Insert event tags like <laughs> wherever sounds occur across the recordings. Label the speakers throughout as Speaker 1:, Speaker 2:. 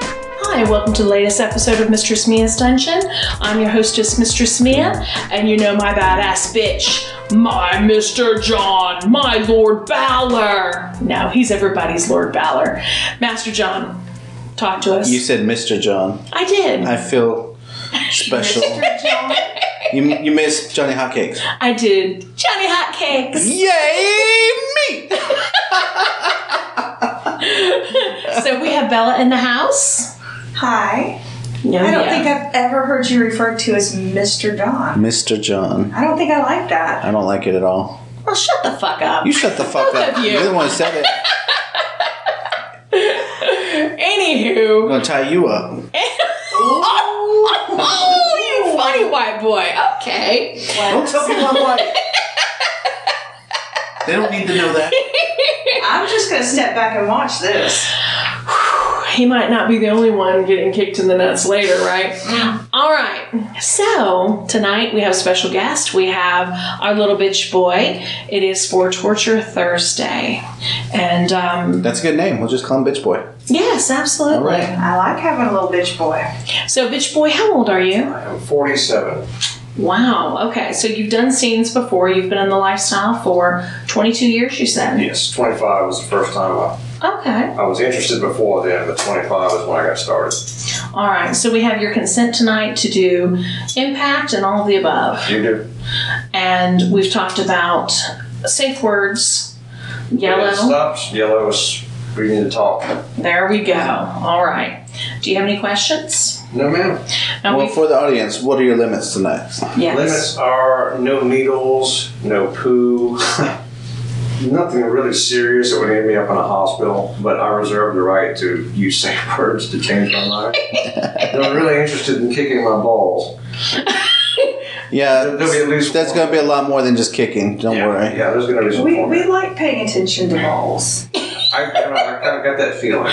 Speaker 1: Hi, welcome to the latest episode of Mistress Mia's Dungeon. I'm your hostess, Mistress Mia, and you know my badass bitch, my Mr. John, my Lord Balor. No, he's everybody's Lord Balor. Master John, talk to us.
Speaker 2: You said Mr. John.
Speaker 1: I did.
Speaker 2: I
Speaker 1: <laughs>
Speaker 2: feel special. you, you missed Johnny Hotcakes.
Speaker 1: I did. Johnny
Speaker 2: <laughs>
Speaker 1: Hotcakes.
Speaker 2: Yay, me!
Speaker 1: so we have Bella in the house.
Speaker 3: Hi.
Speaker 1: No,
Speaker 3: I don't think I've ever heard you referred to as Mr. Don.
Speaker 2: Mr. John.
Speaker 3: I don't think I like that.
Speaker 2: I don't like it at all.
Speaker 1: Well, shut the fuck up.
Speaker 2: You shut the fuck
Speaker 1: Both
Speaker 2: up.
Speaker 1: of you.
Speaker 2: You're the one who said it. I'm
Speaker 1: Anywho.
Speaker 2: gonna tie you up.
Speaker 1: Oh, oh, you funny white boy. Okay.
Speaker 2: Don't tell people I'm white. They don't need to know that.
Speaker 3: I'm just gonna step back and watch this.
Speaker 1: he might not be the only one getting kicked in the nuts later, right? All right. So tonight we have a special guest. We have our little bitch boy. It is for Torture Thursday, and um,
Speaker 2: That's a good name. We'll just call him Bitch Boy.
Speaker 1: yes, absolutely.
Speaker 2: All right.
Speaker 3: I like having a little bitch boy.
Speaker 1: So, bitch boy, how old are you?
Speaker 4: I'm 47.
Speaker 1: Wow. Okay. So you've done scenes before. You've been in the lifestyle for 22 years. You said.
Speaker 4: Yes, 25 was the first time I,
Speaker 1: Okay.
Speaker 4: I was interested before then, but 25 was when I got started.
Speaker 1: All right. So we have your consent tonight to do impact and all of the above.
Speaker 4: You do?
Speaker 1: and we've talked about safe words.
Speaker 4: It
Speaker 1: Yellow.
Speaker 4: stops. Yellow is we need to talk.
Speaker 1: There we go. All right. Do you have any questions?
Speaker 4: No, ma'am.
Speaker 1: And
Speaker 2: Well,
Speaker 1: we-
Speaker 2: for the audience, what are your limits tonight?
Speaker 1: yes.
Speaker 4: Limits are no needles, no poo, <laughs> nothing really serious that would end me up in a hospital, but I reserve the right to use <laughs> safe words to change my mind. They're really interested in kicking my balls.
Speaker 2: Yeah,
Speaker 4: There'll be at least
Speaker 2: that's
Speaker 4: one.
Speaker 2: gonna be a lot more than just kicking. Don't
Speaker 4: yeah,
Speaker 2: worry.
Speaker 4: Yeah, there's going to be some
Speaker 3: We,
Speaker 4: form.
Speaker 3: we like paying attention to balls.
Speaker 4: I, I, don't know, I kind of got that feeling.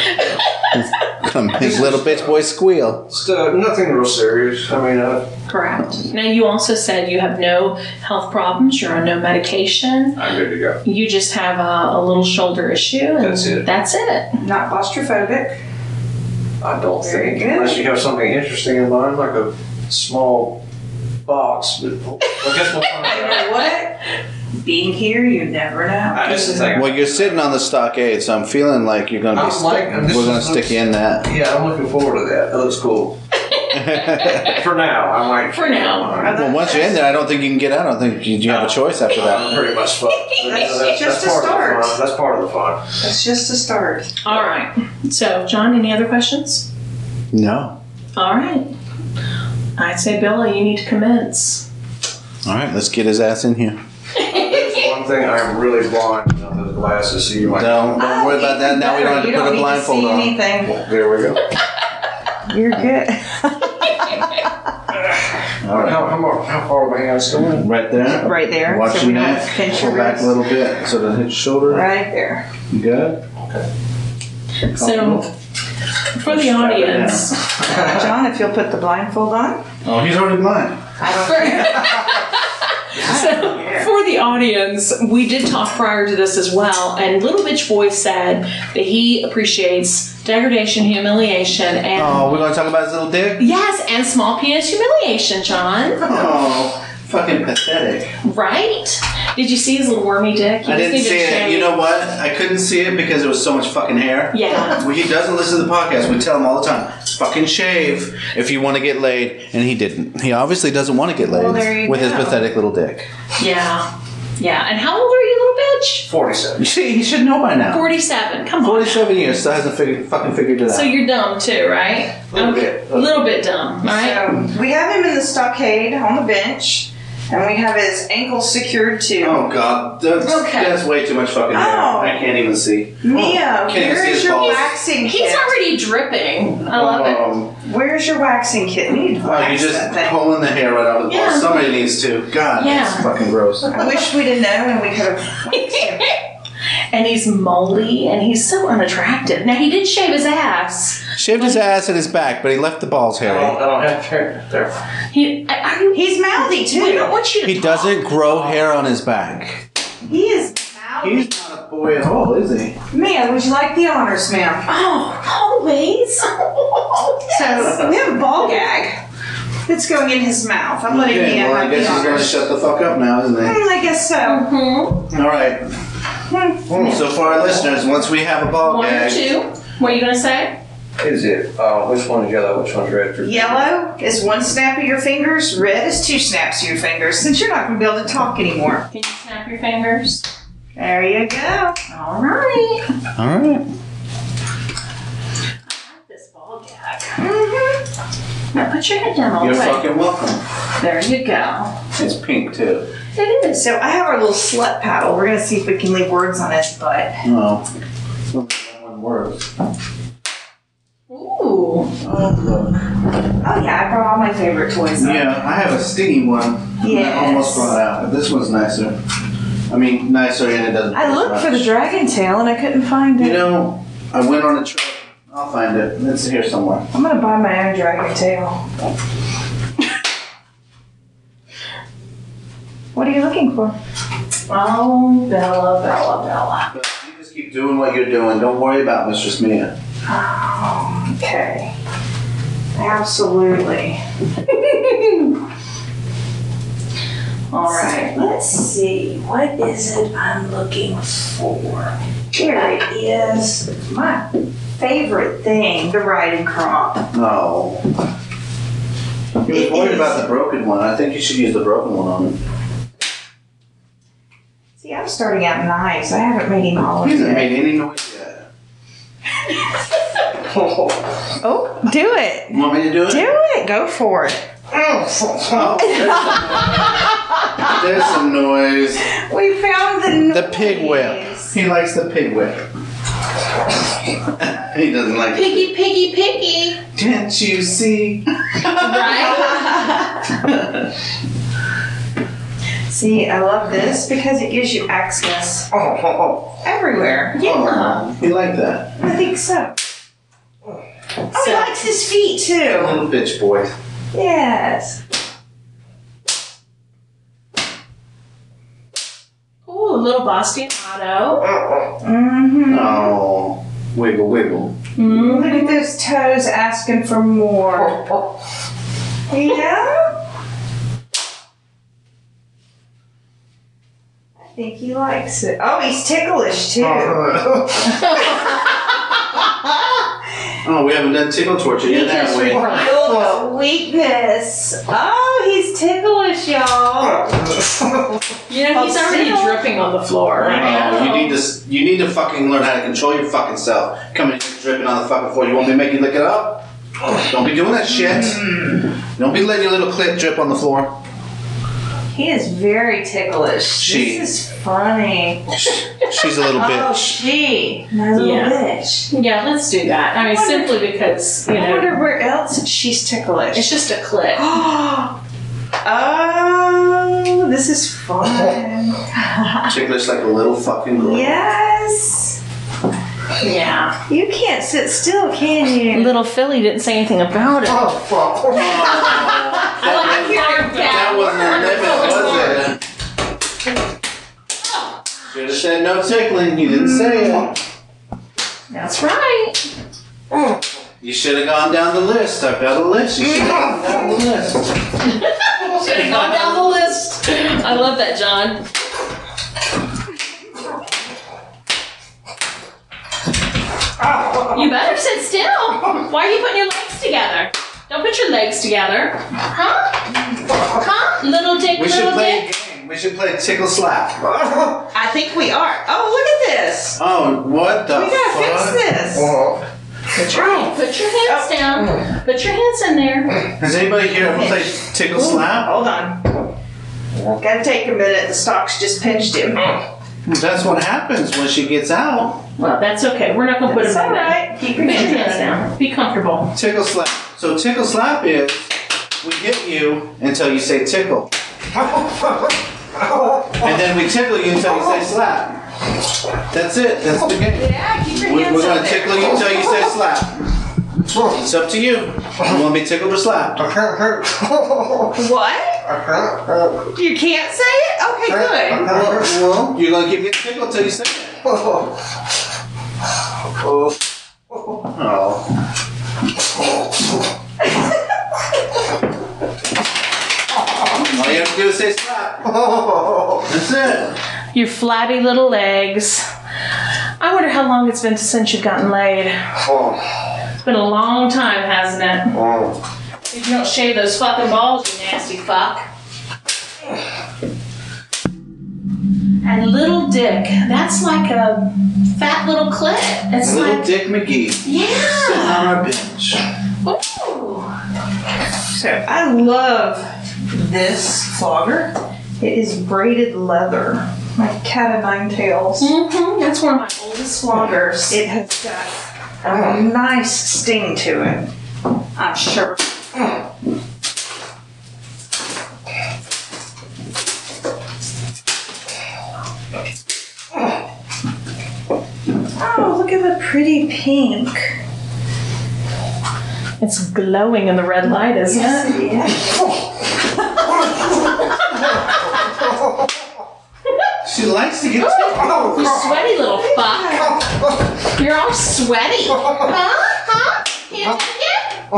Speaker 2: <laughs> Gonna make little Bitch Boy squeal.
Speaker 4: So uh, nothing real serious. I mean, uh,
Speaker 1: Correct. Now, you also said you have no health problems, you're on no medication,
Speaker 4: I'm good to go.
Speaker 1: you just have a, a little shoulder issue, and
Speaker 4: That's it.
Speaker 1: That's it.
Speaker 3: Not claustrophobic.
Speaker 4: I don't
Speaker 3: Very
Speaker 4: think
Speaker 3: good.
Speaker 4: unless you have something interesting in mind, like a small box. But well, guess what?
Speaker 3: You <laughs> know what? Being here, you never know.
Speaker 4: I just think.
Speaker 2: Well, you're sitting on the stockade, so I'm feeling like you're gonna be.
Speaker 4: I'm
Speaker 2: St-
Speaker 4: like- I'm just-
Speaker 2: we're gonna stick you in that. <laughs>
Speaker 4: Yeah, I'm looking forward to that. That looks cool. For now, I might.
Speaker 1: For now.
Speaker 2: Well, once you're in there, I don't think you can get out. I don't think you, you have a choice after
Speaker 4: I'm
Speaker 2: that.
Speaker 4: pretty much fucked.
Speaker 3: That's <laughs> just a
Speaker 4: part
Speaker 3: start.
Speaker 4: Of the fun. That's part of the fun.
Speaker 3: That's just a start.
Speaker 1: All right. So, John, any other questions?
Speaker 2: No.
Speaker 1: All right. I'd say, Bella, you need to commence.
Speaker 2: All right, let's get his ass in here.
Speaker 4: There's one thing I'm really blind in those glasses, so you might.
Speaker 2: Don't, don't
Speaker 3: Oh,
Speaker 2: worry about that.
Speaker 3: even
Speaker 2: Now we don't have to
Speaker 3: better. You
Speaker 2: put a
Speaker 3: need
Speaker 2: blindfold
Speaker 3: see
Speaker 2: on.
Speaker 3: Anything.
Speaker 4: There we go.
Speaker 3: You're good.
Speaker 2: All right,
Speaker 4: How, how, far- how far are my hands still in?
Speaker 2: right there.
Speaker 3: Right there.
Speaker 2: Watch
Speaker 3: So
Speaker 2: your
Speaker 3: we don't
Speaker 2: neck.
Speaker 3: pinch
Speaker 2: Pull
Speaker 3: your
Speaker 2: back a
Speaker 3: wrist.
Speaker 2: little bit so that his shoulder.
Speaker 3: Right there.
Speaker 2: You good? Okay.
Speaker 1: So, for the audience,
Speaker 3: John, if you'll put the blindfold on.
Speaker 2: Oh, he's already blind.
Speaker 3: I don't
Speaker 1: So, for the audience, we did talk prior to this as well, and Little Bitch Boy said that he appreciates degradation, humiliation, and
Speaker 2: Oh, we're gonna talk about his little
Speaker 3: <laughs>
Speaker 2: dick.
Speaker 1: yes, and small penis humiliation, John.
Speaker 2: Oh, fucking pathetic.
Speaker 1: Right? Did you see his little wormy dick? You
Speaker 2: I
Speaker 1: just
Speaker 2: didn't
Speaker 1: need to
Speaker 2: see it.
Speaker 1: shave.
Speaker 2: You know what? I couldn't see it because there was so much fucking hair.
Speaker 1: Yeah.
Speaker 2: Well, he doesn't listen to the podcast. We tell him all the time, fucking shave if you want to get laid, and he didn't. He obviously doesn't want to get laid
Speaker 3: Well, there you
Speaker 2: with his
Speaker 3: go.
Speaker 2: pathetic little dick.
Speaker 1: Yeah. Yeah. And how old are you, little bitch?
Speaker 2: You
Speaker 4: 47.
Speaker 2: see, he should know by now.
Speaker 1: Forty-seven. Come on.
Speaker 2: Forty-seven years still hasn't figured, fucking figured it out.
Speaker 1: So you're dumb too, right?
Speaker 4: Little bit.
Speaker 1: Little bit dumb. All right.
Speaker 3: So we have him in the stockade on the bench, and we have his ankles secured to.
Speaker 2: oh god, that's,
Speaker 1: Okay.
Speaker 2: that's way too much fucking hair.
Speaker 3: Oh.
Speaker 2: I can't even see.
Speaker 3: Mia,
Speaker 2: oh, Can't
Speaker 3: where
Speaker 2: see his
Speaker 3: is your
Speaker 2: balls.
Speaker 3: waxing
Speaker 1: He's
Speaker 3: kit?
Speaker 1: already dripping. I love it.
Speaker 2: Um,
Speaker 3: Where's your waxing kit? We Need to
Speaker 2: oh,
Speaker 3: wax
Speaker 2: you're just
Speaker 3: that thing.
Speaker 2: pulling the hair right out of the
Speaker 1: Yeah.
Speaker 2: ball. Somebody needs to. God,
Speaker 1: Yeah.
Speaker 2: that's fucking gross.
Speaker 3: I wish we'd have known and we could have.
Speaker 1: <laughs> and he's moldy and he's so unattractive. Now he did shave his ass.
Speaker 2: Shaved his ass and his back, but he left the balls
Speaker 4: I
Speaker 2: hairy.
Speaker 3: Oh.
Speaker 4: don't, I don't have hair there.
Speaker 1: He, are you?
Speaker 3: He's mouthy too.
Speaker 1: We don't want you to.
Speaker 2: He
Speaker 1: talk.
Speaker 2: doesn't grow hair on his back.
Speaker 3: He is mouthy.
Speaker 2: not a boy at all, is he?
Speaker 1: <laughs>
Speaker 3: Mia, would you like the honors, ma'am?
Speaker 1: Oh, always.
Speaker 3: it's going in his mouth. I'm letting
Speaker 2: Okay,
Speaker 3: Mia
Speaker 2: well, I
Speaker 3: have
Speaker 2: guess
Speaker 3: the
Speaker 2: he's gonna
Speaker 3: honors.
Speaker 2: shut the fuck up now, isn't he?
Speaker 3: Hmm, I guess so.
Speaker 1: Mm-hmm.
Speaker 2: All right.
Speaker 3: Hmm.
Speaker 2: So for our listeners, once we have a ball
Speaker 1: One or
Speaker 2: gag,
Speaker 1: two. What are you gonna say?
Speaker 4: Is it? Uh, which one's yellow? Which one's red? <laughs>
Speaker 3: Yellow is one snap of your fingers. Red is two snaps of your fingers. Since you're not going to be able to talk anymore.
Speaker 1: Can you snap your fingers?
Speaker 3: There you go.
Speaker 1: All right.
Speaker 2: all right.
Speaker 1: This ball gag.
Speaker 3: Mm-hmm.
Speaker 1: Now put your head down all
Speaker 2: You're
Speaker 1: the way.
Speaker 2: fucking welcome.
Speaker 1: There you go.
Speaker 2: It's pink too.
Speaker 1: It is.
Speaker 3: So I have our little slut paddle. We're going to see if we can leave words on it, but
Speaker 2: Oh. One word.
Speaker 1: Ooh.
Speaker 2: Oh,
Speaker 3: oh yeah, I brought all my favorite toys.
Speaker 2: look.
Speaker 3: up.
Speaker 2: Yeah, I have a stingy one.
Speaker 3: Yes.
Speaker 2: I almost brought out, but this one's nicer. I mean, nicer and it doesn't.
Speaker 3: I
Speaker 2: taste
Speaker 3: looked for
Speaker 2: much.
Speaker 3: the dragon tail and I couldn't find it.
Speaker 2: You know, I went on a trip. I'll find it. It's here somewhere.
Speaker 3: I'm gonna buy my own dragon tail. what are you looking for?
Speaker 1: Oh, Bella, Bella, Bella.
Speaker 2: But you just keep doing what you're doing. Don't worry about Mistress Mia.
Speaker 3: Okay. Absolutely. <laughs> All right.
Speaker 5: Let's see, what is it I'm looking for? Here it is.
Speaker 3: My favorite thing, the riding crop.
Speaker 2: No. You was
Speaker 3: It
Speaker 2: worried
Speaker 3: is-
Speaker 2: about the broken one. I think you should use the broken one on him.
Speaker 3: See, I'm starting out nice. I haven't made him all
Speaker 2: He
Speaker 3: of
Speaker 2: hasn't
Speaker 3: it.
Speaker 2: made any noise yet.
Speaker 3: Oh, do it.
Speaker 2: Want me to do it?
Speaker 3: Do it. Go for it.
Speaker 2: Oh, there's some noise.
Speaker 3: We found the
Speaker 2: The pig whip.
Speaker 3: noise.
Speaker 2: He likes the pig whip. he doesn't like it.
Speaker 1: Piggy, piggy, piggy.
Speaker 2: Can't you see?
Speaker 1: Right?
Speaker 3: See, I love this because it gives you access everywhere.
Speaker 1: Yeah.
Speaker 2: He liked that.
Speaker 3: I think so. Oh, he
Speaker 1: So-
Speaker 3: likes his feet too.
Speaker 2: Little bitch boy.
Speaker 3: Yes.
Speaker 1: Ooh, little Bastianato.
Speaker 3: Mm-hmm.
Speaker 2: Oh, wiggle, wiggle.
Speaker 1: Mm.
Speaker 3: Look at those toes asking for more. Yeah. I think he likes it. Oh, he's ticklish too.
Speaker 2: oh, we haven't done tickle torture yet, have we?
Speaker 3: Feel the weakness. Oh, he's ticklish, y'all.
Speaker 1: You know, he's
Speaker 3: Oh,
Speaker 1: already
Speaker 3: see?
Speaker 1: dripping on the floor.
Speaker 2: Oh, you need to s- you need to fucking learn how to control your fucking self. Coming and dripping on the fucking floor. You want me to make you lick it up? Don't be doing that shit. Don't be letting your little clit drip on the floor.
Speaker 3: He is very ticklish.
Speaker 2: She-
Speaker 3: This is funny.
Speaker 2: She's a little
Speaker 3: Oh,
Speaker 2: bitch.
Speaker 3: she. My little
Speaker 1: Yeah.
Speaker 3: bitch.
Speaker 1: Yeah, let's do that. I mean,
Speaker 3: I wonder-
Speaker 1: simply because, you
Speaker 3: I
Speaker 1: know,
Speaker 3: wonder where else she's ticklish.
Speaker 1: it's just a clip.
Speaker 3: <gasps> oh, this is fun. Oh,
Speaker 2: Ticklish like a little fucking girl.
Speaker 3: yes.
Speaker 1: Yeah.
Speaker 3: You can't sit still, can you?
Speaker 1: Little Philly didn't say anything about it.
Speaker 2: Oh, fuck. Oh, that, was, that wasn't a limit, was it? Should have said no tickling. You didn't say it.
Speaker 1: That's right.
Speaker 2: You should have gone down the list. I've got a list. You should have gone down the
Speaker 3: <laughs>
Speaker 2: list.
Speaker 1: Should have gone down the list. I love that, John. You better sit still. Why are you putting your legs together? Don't put your legs together. Huh? Huh? Little dick,
Speaker 2: We should
Speaker 1: little
Speaker 2: play a
Speaker 1: dick.
Speaker 2: game. We should play tickle slap.
Speaker 3: I think we are. Oh, look at this.
Speaker 2: Oh, what the
Speaker 3: We gotta
Speaker 2: fuck?
Speaker 3: fix
Speaker 4: Oh,
Speaker 3: this.
Speaker 1: Put your
Speaker 2: Oh.
Speaker 1: hands down. Put your hands in there.
Speaker 2: Has anybody here ever played Tickle Slap?
Speaker 3: Hold on. Gotta take a minute. The stocks just pinched him.
Speaker 2: That's what happens when she gets out.
Speaker 1: Well, that's okay. We're not gonna put
Speaker 3: It's
Speaker 1: them in there.
Speaker 3: alright. Keep
Speaker 1: Put
Speaker 3: your
Speaker 1: your hands
Speaker 3: hands
Speaker 1: down. Be comfortable.
Speaker 2: Tickle Slap. So Tickle Slap is we get you until you say tickle. And then we tickle you until you say slap. That's it. That's the game.
Speaker 3: Yeah, keep your
Speaker 2: We- We're
Speaker 3: hands
Speaker 2: gonna
Speaker 3: up there.
Speaker 2: tickle you until you say slap. It's up to you. You wanna be tickled or slapped?
Speaker 3: What? You can't say it? Okay, good.
Speaker 2: Well, well, you're gonna keep getting tickled until you say it. Oh. say slap. That's it.
Speaker 1: Your flabby little legs. I wonder how long it's been since you've gotten laid.
Speaker 4: Oh,
Speaker 1: It's been a long time, hasn't it?
Speaker 4: oh.
Speaker 1: If you don't shave those fucking balls, you nasty fuck. And little dick, that's like a fat little clit. It's
Speaker 2: Little
Speaker 1: like,
Speaker 2: Dick McGee sitting
Speaker 1: yeah.
Speaker 2: on our bench.
Speaker 1: Ooh.
Speaker 3: So I love this flogger. It is braided leather, like cat of nine tails. Mm-hmm,
Speaker 1: hmm That's one of my oldest floggers.
Speaker 3: It has got a nice sting to it. I'm sure. Oh, look at the pretty pink.
Speaker 1: It's glowing in the red light, isn't it?
Speaker 2: She likes to get
Speaker 1: Oh.
Speaker 2: tickled.
Speaker 1: You sweaty little fuck. You're all
Speaker 3: <laughs>
Speaker 1: sweaty. Huh? Huh? Can't take it?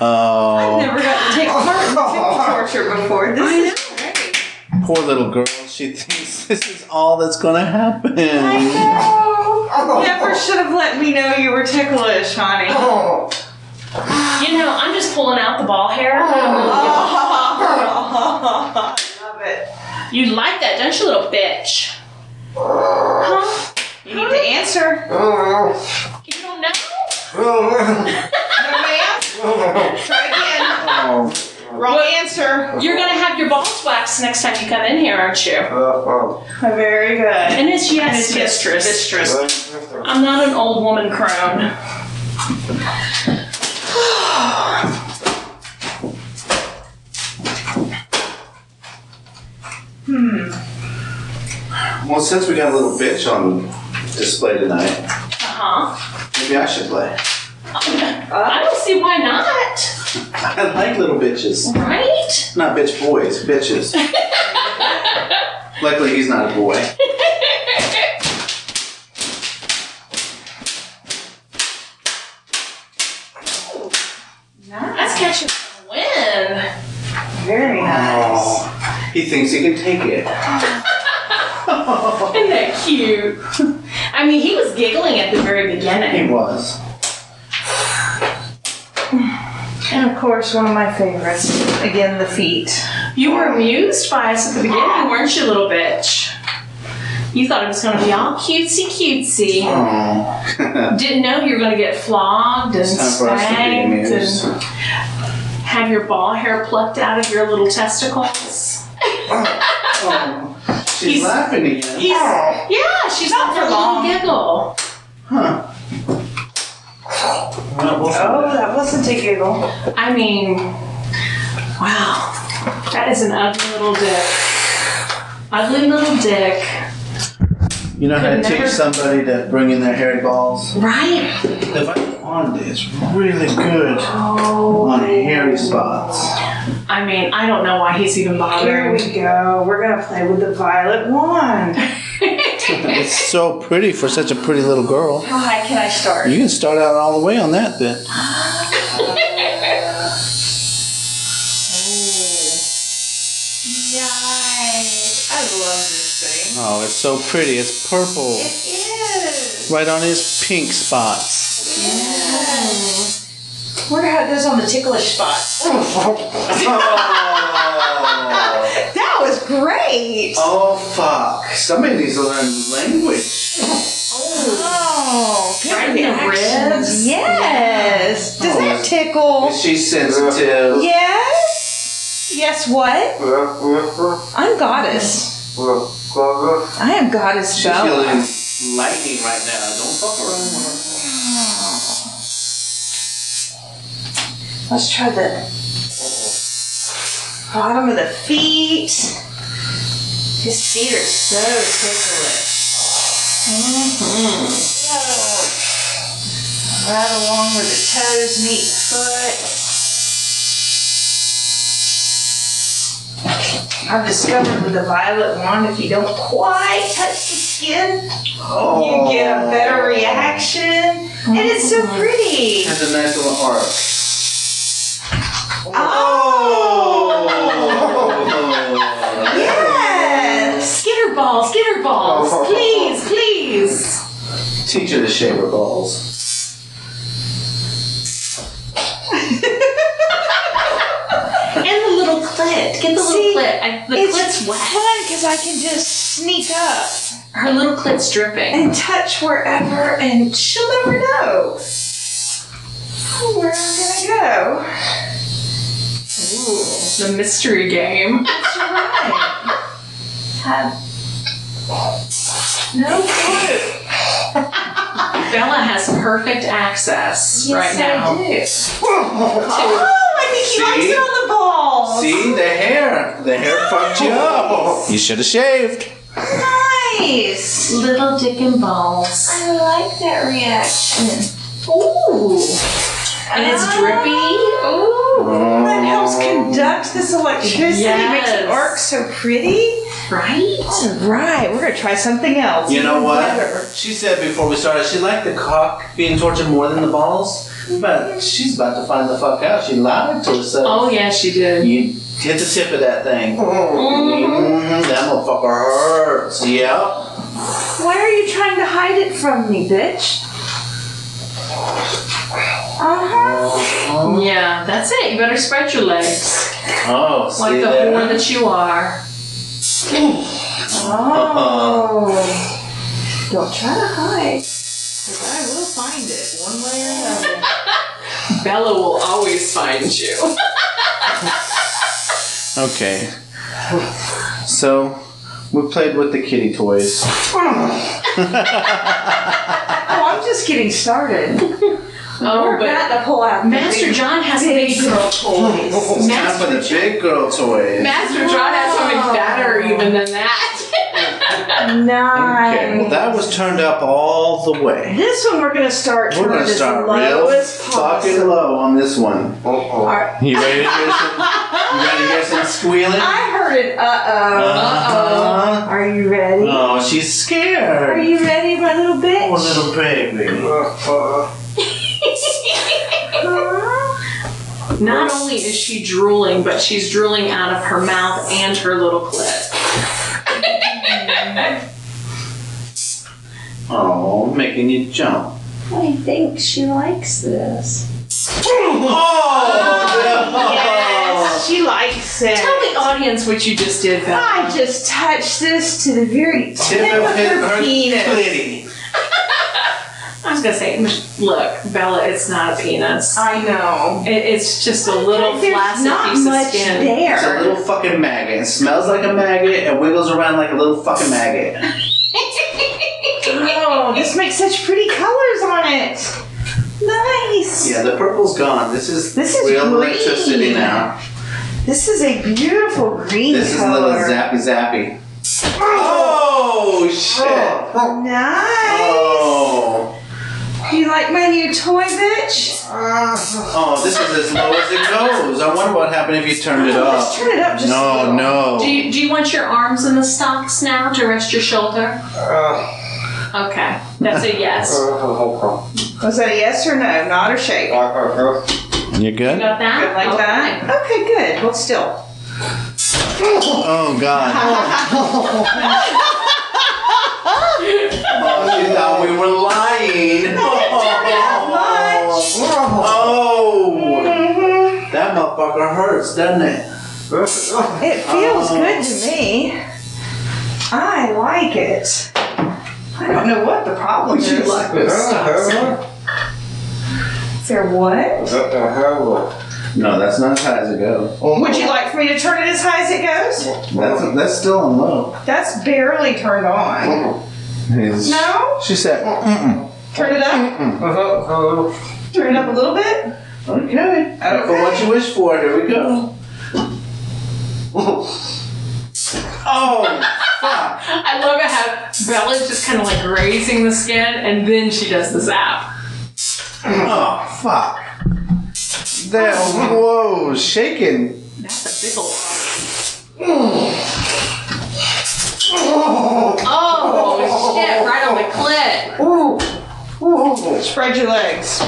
Speaker 2: Oh,
Speaker 3: Never got to take part in <laughs> tip torture before. This is
Speaker 2: poor little girl. She thinks this is all that's gonna happen.
Speaker 3: know. Oh. Never should have let me know you were ticklish, honey. <laughs>
Speaker 1: You know, I'm just pulling out the ball
Speaker 3: <sighs>
Speaker 1: hair.
Speaker 3: Love it.
Speaker 1: You like that, don't you, little bitch? Huh?
Speaker 3: You need to answer.
Speaker 1: You don't know?
Speaker 3: No, ma'am. Try again.
Speaker 2: Oh,
Speaker 3: Wrong answer.
Speaker 1: You're gonna have your balls waxed next time you come in here, aren't you?
Speaker 3: Uh, Very good.
Speaker 1: And it's yes, mistress. Mistress. I'm not an old woman crone.
Speaker 2: well, since we got a little bitch on display tonight,
Speaker 1: Uh-huh.
Speaker 2: maybe I should play.
Speaker 1: I don't see why not.
Speaker 2: I like little bitches.
Speaker 1: Right?
Speaker 2: Not bitch boys, bitches. Luckily, he's not a boy.
Speaker 1: That's catching a win.
Speaker 3: Very nice.
Speaker 2: Oh, he thinks he can take it.
Speaker 1: Isn't that cute? <laughs> I mean, he was giggling at the very
Speaker 2: He
Speaker 1: beginning.
Speaker 2: was.
Speaker 3: And of course, one of my favorites. Again, the feet.
Speaker 1: You were amused by us at the beginning, weren't you, little bitch? You thought it was going to be all cutesy cutesy.
Speaker 2: Oh.
Speaker 1: Didn't know you were going to get flogged and
Speaker 2: it's time for us to be
Speaker 1: spanked
Speaker 2: amused.
Speaker 1: and have your ball hair plucked out of your little testicles.
Speaker 2: Oh, she's
Speaker 1: He's-
Speaker 2: laughing again.
Speaker 1: He's,
Speaker 3: Oh.
Speaker 1: yeah, she's out for a little giggle.
Speaker 2: Huh.
Speaker 3: Oh, that wasn't a giggle.
Speaker 1: I mean, wow, that is an ugly little dick. Ugly little dick.
Speaker 2: You know how to
Speaker 1: Could never-
Speaker 2: teach somebody to bring in their hairy balls?
Speaker 1: Right?
Speaker 2: If I go on it's really good
Speaker 1: Oh.
Speaker 2: on hairy spots.
Speaker 1: I mean, I don't know why he's even
Speaker 3: Here
Speaker 1: bothering.
Speaker 3: we go. We're gonna play with the violet wand.
Speaker 2: It's so pretty for such a pretty little girl.
Speaker 3: How high can I start?
Speaker 2: You can start out all the way on that bit.
Speaker 3: Nice. I love this thing.
Speaker 2: Oh, it's so pretty. It's purple.
Speaker 3: It is.
Speaker 2: Right on his pink spots.
Speaker 3: Wonder how it goes on the ticklish spots.
Speaker 2: Oh,
Speaker 3: That was great.
Speaker 2: oh fuck. Somebody needs to learn language.
Speaker 3: Oh, good
Speaker 1: Right in the
Speaker 3: reaction.
Speaker 1: ribs?
Speaker 3: Yes. Does
Speaker 2: Oh,
Speaker 3: that
Speaker 2: that's-
Speaker 3: tickle?
Speaker 2: She's sensitive.
Speaker 3: Yes. Yes. What? I'm goddess. I am goddess
Speaker 2: She's
Speaker 3: Bella.
Speaker 2: feeling lightning right now. Don't fuck around with her.
Speaker 3: Let's try the bottom of the feet. His feet are so ticklish. Mm-hmm. Right along where the toes meet the foot. I've discovered with the violet wand, if you don't quite touch the skin, you get a better reaction. And it's so pretty.
Speaker 2: <laughs> Has a nice little arc.
Speaker 3: I Oh!
Speaker 1: balls, get her balls,
Speaker 2: Oh.
Speaker 1: please, please.
Speaker 2: Teach her to shave her balls.
Speaker 1: And the little clit, get the
Speaker 3: See,
Speaker 1: little clit. I, the
Speaker 3: it's
Speaker 1: clit's wet.
Speaker 3: fun because I can just sneak up
Speaker 1: Her little clit's dripping.
Speaker 3: and touch wherever, and she'll never know where I'm gonna go.
Speaker 1: The mystery game.
Speaker 3: Have no clue.
Speaker 1: Bella has perfect access right
Speaker 3: Yes,
Speaker 1: now.
Speaker 3: I do. Oh, I think he likes
Speaker 2: See?
Speaker 3: it on the balls.
Speaker 2: See the hair. The hair fucked you up. You should have shaved.
Speaker 3: Nice.
Speaker 5: Little dick and balls.
Speaker 3: I like that reaction.
Speaker 1: Ooh. And it's drippy.
Speaker 3: Ah. Ooh. That helps conduct this electricity. Makes
Speaker 1: Yes.
Speaker 3: it arc so pretty.
Speaker 1: Right?
Speaker 3: All right, we're gonna try something else.
Speaker 2: You know what?
Speaker 3: Better.
Speaker 2: She said before we started she liked the cock being tortured more than the balls, but she's about to find the fuck out. She lied to herself.
Speaker 1: Oh, Mm-hmm. yeah, she did.
Speaker 2: You hit the tip of that thing. Mhm, That motherfucker hurts. Oh, Yeah.
Speaker 3: Why are you trying to hide it from me, bitch?
Speaker 1: Uh-huh.
Speaker 3: Uh huh.
Speaker 1: Yeah, that's it. You better spread your legs.
Speaker 2: Oh, see
Speaker 1: Like the
Speaker 2: there.
Speaker 1: whore that you are.
Speaker 3: Oh. Don't try to hide. 'cause I will find it one way or another.
Speaker 1: Bella will always find you.
Speaker 2: Okay. So, we played with the kitty toys.
Speaker 3: Oh, I'm just getting started.
Speaker 1: Oh,
Speaker 3: We're
Speaker 1: but
Speaker 3: about to pull out the
Speaker 1: Master
Speaker 3: big-
Speaker 1: John has a
Speaker 3: big
Speaker 1: big girl
Speaker 2: <laughs>
Speaker 1: toys.
Speaker 2: It's time
Speaker 1: Master
Speaker 2: for the big girl toys.
Speaker 1: Master John has something fatter even than that.
Speaker 3: Nice.
Speaker 2: Okay, well, that was turned up all the way.
Speaker 3: This one we're gonna start.
Speaker 2: We're
Speaker 3: toward
Speaker 2: gonna
Speaker 3: as
Speaker 2: start
Speaker 3: low
Speaker 2: real
Speaker 3: as
Speaker 2: fucking
Speaker 3: possible.
Speaker 2: low on this one.
Speaker 4: Uh-oh.
Speaker 2: You ready to hear some, you ready to hear some squealing?
Speaker 3: I heard it. Uh oh.
Speaker 2: Uh-huh.
Speaker 3: Are you ready?
Speaker 2: Oh, she's
Speaker 3: Are
Speaker 2: scared.
Speaker 3: you ready, my little bitch?
Speaker 2: Oh, little baby.
Speaker 4: Uh-uh.
Speaker 1: Not only <laughs> is she drooling, but she's drooling out of her mouth and her little clit.
Speaker 2: Oh, making you jump.
Speaker 5: I think she likes this.
Speaker 2: Oh,
Speaker 3: Yes, she likes it.
Speaker 1: Tell the audience what you just did, Bella.
Speaker 3: I just touched this to the very tip,
Speaker 2: Tip
Speaker 3: of
Speaker 2: of his-
Speaker 3: her,
Speaker 2: her
Speaker 3: penis.
Speaker 2: clitty.
Speaker 1: I was gonna say, look, Bella, it's not a penis.
Speaker 3: I know.
Speaker 1: It, it's just a little
Speaker 3: There's
Speaker 1: flaccid
Speaker 3: not
Speaker 1: piece
Speaker 3: much
Speaker 1: of skin.
Speaker 2: It's a
Speaker 3: there.
Speaker 2: little fucking maggot. It smells like a maggot and wiggles around like a little fucking maggot.
Speaker 3: Oh, this makes such pretty colors on it. Nice.
Speaker 2: Yeah, the purple's gone. This is
Speaker 3: This is
Speaker 2: real
Speaker 3: green.
Speaker 2: electricity now.
Speaker 3: This is a beautiful green
Speaker 2: This is a
Speaker 3: color.
Speaker 2: little zappy zappy. Oh, shit.
Speaker 3: Nice.
Speaker 2: Oh.
Speaker 3: You like my new toy, bitch?
Speaker 2: Oh, this is as low as it goes. I wonder what happened if you turned it
Speaker 3: Let's
Speaker 2: up.
Speaker 3: turn it up just a little.
Speaker 2: no.
Speaker 1: Do you, do you want your arms in the stocks now to rest your shoulder?
Speaker 4: Uh,
Speaker 1: Okay, that's a <laughs> yes.
Speaker 4: uh,
Speaker 3: Was that a yes or no? Not or shake?
Speaker 4: uh, uh,
Speaker 2: You
Speaker 1: You
Speaker 2: good?
Speaker 1: got that?
Speaker 3: Good like
Speaker 1: Okay.
Speaker 3: that? Okay, good. Well, still.
Speaker 2: Oh
Speaker 3: <laughs>
Speaker 2: God. oh, she thought we were
Speaker 3: <laughs>
Speaker 2: lying.
Speaker 3: much.
Speaker 2: Oh,
Speaker 3: Mhm.
Speaker 2: that motherfucker hurts, doesn't it?
Speaker 4: uh.
Speaker 3: It feels good to me. I like it. I don't know what the problem is.
Speaker 4: <laughs>
Speaker 3: There what?
Speaker 2: No, that's not as high as it goes.
Speaker 3: Would you like for me to turn it as high as it goes?
Speaker 2: That's that's still on low.
Speaker 3: That's barely turned on. No?
Speaker 2: She said, Mm-mm.
Speaker 3: Turn it up? Turn it up a little bit?
Speaker 2: "Okay, for what you wish for." Here we go. <laughs> Oh,
Speaker 1: I love it how Bella's just kind of like raising the skin and then she does the zap.
Speaker 2: oh, fuck! There, whoa, shaking.
Speaker 1: That's a big ol' Oh shit, right on the clit.
Speaker 3: Ooh. Ooh. Spread your legs.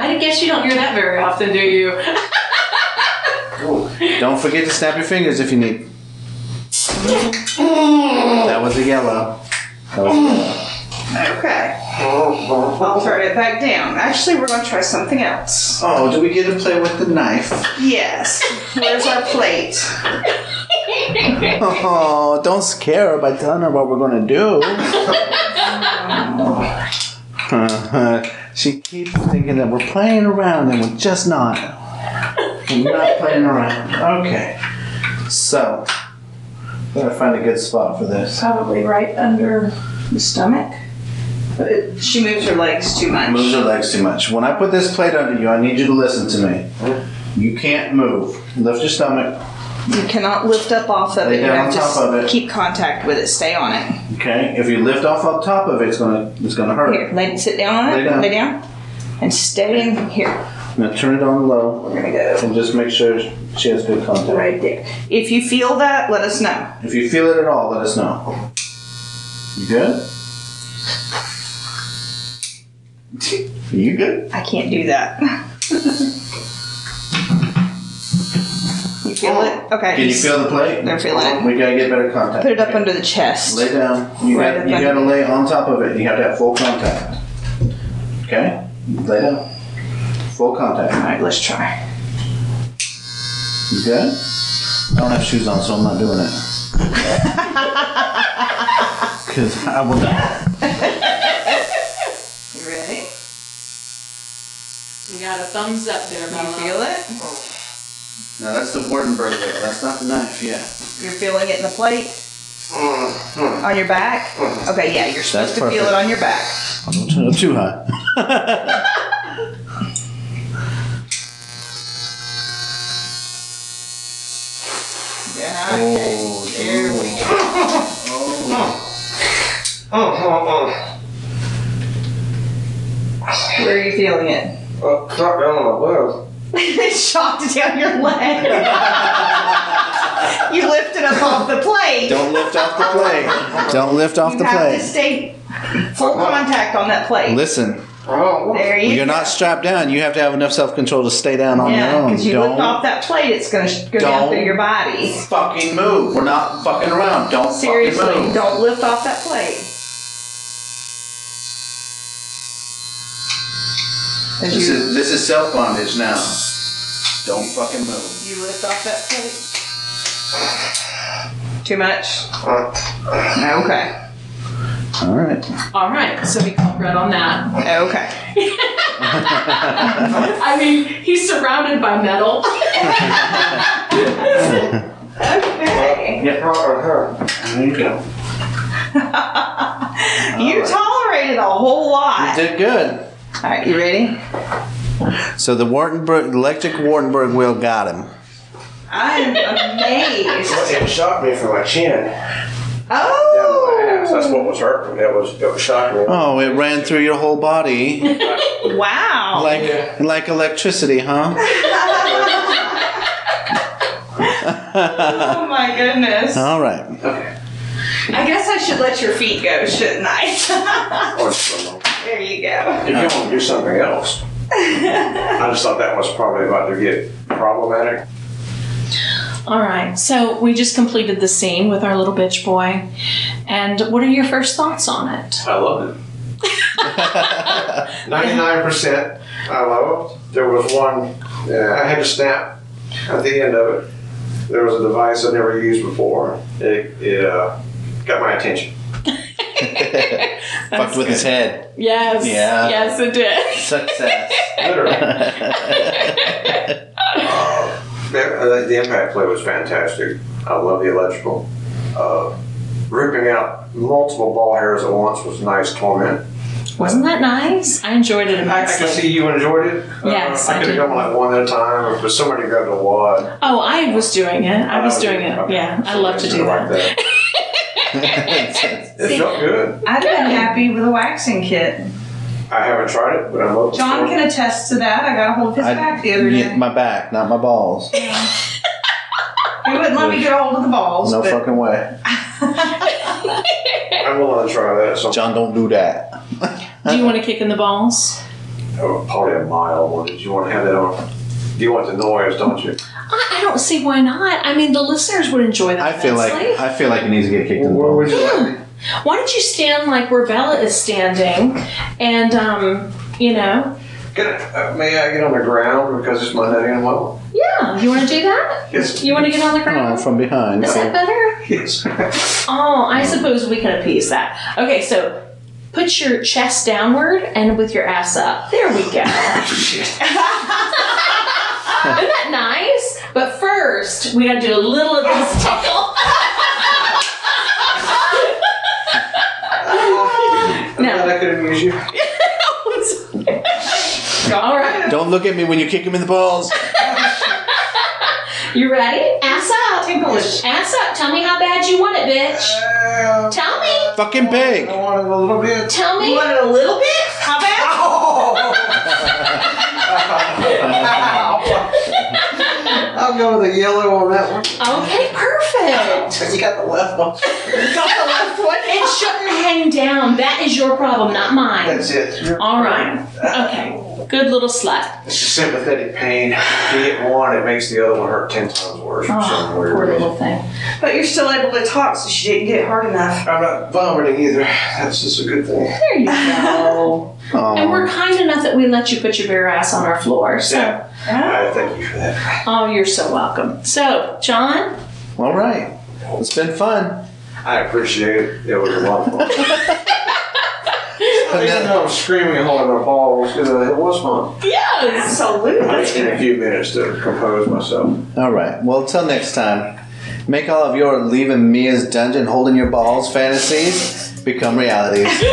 Speaker 1: I guess you don't hear that very often, do you?
Speaker 2: Don't forget to snap your fingers if you need. That was a yellow. That was a yellow.
Speaker 3: Okay. I'll turn it back down. Actually, we're going to try something else.
Speaker 2: Oh, do we get to play with the knife?
Speaker 3: Yes. Where's our plate?
Speaker 2: Oh, don't scare her by telling her what we're gonna do. <laughs> she keeps thinking that we're playing around and we're just not. We're not playing around. Okay. So, gotta find a good spot for this.
Speaker 3: Probably right under the stomach. But it- Uh, she moves her legs too much.
Speaker 2: Move your legs too much. When I put this plate under you, I need you to listen to me. You can't move. Lift your stomach.
Speaker 3: You cannot lift up off of
Speaker 2: Lay
Speaker 3: it. You
Speaker 2: down
Speaker 3: have
Speaker 2: on
Speaker 3: to
Speaker 2: top
Speaker 3: s-
Speaker 2: of it.
Speaker 3: keep contact with it. Stay on it.
Speaker 2: Okay. If you lift off on top of it, it's gonna it's gonna hurt.
Speaker 3: Here, lay, sit down on it.
Speaker 2: Lay down.
Speaker 3: And stay in here.
Speaker 2: Now turn it on low
Speaker 3: We're going to go
Speaker 2: and just make sure she has good contact.
Speaker 3: right there. If you feel that, let us know.
Speaker 2: If you feel it at all, let us know. You good? you good?
Speaker 3: I can't do that. <laughs> you feel it? Okay.
Speaker 2: Oh. Can you feel the plate?
Speaker 3: They're feeling it.
Speaker 2: We gotta get better contact.
Speaker 3: Put it up under the chest.
Speaker 2: Lay down. You,
Speaker 3: Right
Speaker 2: got,
Speaker 3: up
Speaker 2: you
Speaker 3: under-
Speaker 2: gotta lay on top of it. You have to have full contact. Okay? Lay down. Full contact.
Speaker 3: Alright, let's try.
Speaker 2: You good? I don't have shoes on, so I'm not doing
Speaker 3: <laughs>
Speaker 2: it. <laughs> Because I will die.
Speaker 3: You ready?
Speaker 1: You got a thumbs up there,
Speaker 3: You
Speaker 1: Bella.
Speaker 3: feel it?
Speaker 2: Now that's the Wardenberg though. That's not the knife, yeah.
Speaker 3: You're feeling it in the plate? On your back? Okay, yeah, you're supposed to feel it
Speaker 2: perfect.
Speaker 3: on your back.
Speaker 2: Don't turn it up too high.
Speaker 3: Yeah. Okay. There we go.
Speaker 4: Oh,
Speaker 3: Where are you feeling it? <laughs>
Speaker 4: oh, oh. Uh, Drop down on my leg.
Speaker 3: it shot down your leg. <laughs> you lift it up off the plate.
Speaker 2: Don't lift off the plate. Don't lift off
Speaker 3: you
Speaker 2: the
Speaker 3: have
Speaker 2: plate.
Speaker 3: to stay full contact on that plate.
Speaker 2: Listen,
Speaker 4: Oh,
Speaker 3: There you
Speaker 2: you're
Speaker 3: go.
Speaker 2: not strapped down. You have to have enough self control to stay down on your
Speaker 3: Yeah,
Speaker 2: own.
Speaker 3: because you lift
Speaker 2: Don't
Speaker 3: off that plate, it's going to go down
Speaker 2: Don't.
Speaker 3: through your body.
Speaker 2: fucking move. We're not fucking around. Don't fucking
Speaker 3: Seriously,
Speaker 2: move.
Speaker 3: don't lift off that plate.
Speaker 2: This
Speaker 3: As you,
Speaker 2: is this is self bondage now. Don't fucking move.
Speaker 3: you lift off that plate. Too much? Okay.
Speaker 2: All right.
Speaker 1: All right, so we got red on that.
Speaker 3: Okay.
Speaker 1: I mean, he's surrounded by metal. <laughs>
Speaker 3: Okay.
Speaker 2: There you go.
Speaker 3: You tolerated a whole
Speaker 2: You
Speaker 3: lot.
Speaker 2: did good.
Speaker 3: All right, you ready?
Speaker 2: So the Wartenberg electric Wartenberg wheel got him. <laughs>
Speaker 3: I'm amazed.
Speaker 4: It shot me from my chin. Down to my
Speaker 3: Oh,
Speaker 4: ass. That's what was hurting. That was, it was shocking me.
Speaker 2: Oh, it ran through your whole
Speaker 3: <laughs>
Speaker 2: body
Speaker 3: wow.
Speaker 2: like like electricity, huh? uh,
Speaker 3: Oh my goodness.
Speaker 2: All right.
Speaker 3: I guess I should let your feet go, shouldn't I? <laughs>
Speaker 4: Oh, it's so long.
Speaker 3: there you go.
Speaker 4: If you want to do something else. I just thought that was probably about to get problematic.
Speaker 1: All right, so we just completed the scene with our little bitch boy. And what are your first thoughts on it?
Speaker 4: I loved it. <laughs> Ninety-nine percent, I loved. There was one, uh, I had to snap at the end of it. There was a device I never used before. It, it uh, got my attention.
Speaker 2: Fucked with his head.
Speaker 1: Yes.
Speaker 2: Yeah.
Speaker 1: Yes, it did.
Speaker 3: <laughs>
Speaker 2: Success.
Speaker 1: <laughs>
Speaker 4: Literally. Uh, the, the impact play was fantastic. I love the electrical. Uh, ripping out multiple ball hairs at once was nice torment.
Speaker 1: Wasn't that nice? I enjoyed it
Speaker 4: I, I
Speaker 1: immensely.
Speaker 4: can see you enjoyed it.
Speaker 1: Yes,
Speaker 4: uh,
Speaker 1: I
Speaker 4: I could
Speaker 1: did.
Speaker 4: have gone like one at a time, or for somebody to grab the wad.
Speaker 1: Oh, I was doing it. I was doing it.
Speaker 4: Oh, Okay.
Speaker 1: Yeah, I love to do
Speaker 4: Like
Speaker 1: that.
Speaker 2: <laughs>
Speaker 4: It felt good.
Speaker 3: I've been happy with a waxing kit.
Speaker 4: I haven't tried it, but I'm open.
Speaker 3: John
Speaker 4: for it.
Speaker 3: can attest to that. I got a hold of his
Speaker 2: I-
Speaker 3: back the other
Speaker 2: yeah,
Speaker 3: day.
Speaker 2: my back, not my balls.
Speaker 3: He wouldn't let me get a hold of the balls.
Speaker 2: No
Speaker 3: but
Speaker 2: fucking way.
Speaker 4: I'm willing to try that. So
Speaker 2: John, don't do that.
Speaker 1: Do you want to kick in the balls?
Speaker 4: oh, probably a mild one. Did you want to have that on? You want the noise, don't you?
Speaker 1: I, I don't see why not. I mean, the listeners would enjoy that.
Speaker 2: I feel like
Speaker 1: immensely.
Speaker 2: I feel like it needs to get kicked in the
Speaker 4: Where would
Speaker 2: balls.
Speaker 4: you like me?
Speaker 1: Why don't you stand like where Bella is standing, and um, you know,
Speaker 4: Can I, uh, may I get on the ground because it's my honey and well?
Speaker 1: yeah, you want to do that?
Speaker 4: Yes.
Speaker 1: You want to get on the
Speaker 2: Oh,
Speaker 1: ground?
Speaker 2: from behind.
Speaker 1: Is
Speaker 3: <laughs>
Speaker 1: that better?
Speaker 4: <laughs> Yes.
Speaker 1: Oh, I suppose we can appease that. Okay, so put your chest downward and with your ass up. There we
Speaker 3: <laughs>
Speaker 1: go. <laughs> Isn't that nice? But first, we gotta do a little of
Speaker 3: <laughs>
Speaker 1: this tickle.
Speaker 4: I'm glad I could amuse you.
Speaker 1: All right,
Speaker 2: Don't look at me when you kick him in the balls.
Speaker 1: you ready? Ass up.
Speaker 3: Tinklish.
Speaker 1: Ass up. Tell me how bad you want it, bitch.
Speaker 4: Uh,
Speaker 1: Tell me.
Speaker 2: Fucking pig.
Speaker 4: I wanted a little bit.
Speaker 1: Tell
Speaker 3: You
Speaker 1: me.
Speaker 3: want it a little bit? How bad?
Speaker 1: <laughs>
Speaker 4: <laughs> I'll go with the yellow on that one.
Speaker 1: Okay, perfect.
Speaker 4: You got the left one.
Speaker 3: Got the left one?
Speaker 1: It shouldn't hang down. That is your problem, not mine.
Speaker 4: That's it. You're
Speaker 1: All right. Okay. Good little slut.
Speaker 4: It's a sympathetic pain. If you get one, it makes the other one hurt ten times worse. for
Speaker 1: Oh,
Speaker 4: some weird
Speaker 1: poor
Speaker 4: reason.
Speaker 1: little thing.
Speaker 3: But you're still able to talk, so she didn't get hard enough.
Speaker 4: I'm not vomiting either. That's just a good thing.
Speaker 1: There you go. and we're kind enough that we let you put your bare ass on our floor. So,
Speaker 4: Yeah. I thank you for that.
Speaker 1: oh, you're so welcome. So, John,
Speaker 2: All right. It's been fun.
Speaker 4: I appreciate it. It was a lot
Speaker 1: <laughs>
Speaker 4: of fun. Even
Speaker 2: Now,
Speaker 4: though I'm screaming and holding my balls, uh, it was fun.
Speaker 1: yes.
Speaker 4: I
Speaker 3: Absolutely.
Speaker 4: just need a few minutes to compose myself.
Speaker 2: all right. Well, till next time. Make all of your leaving Mia's dungeon, holding your balls fantasies become realities.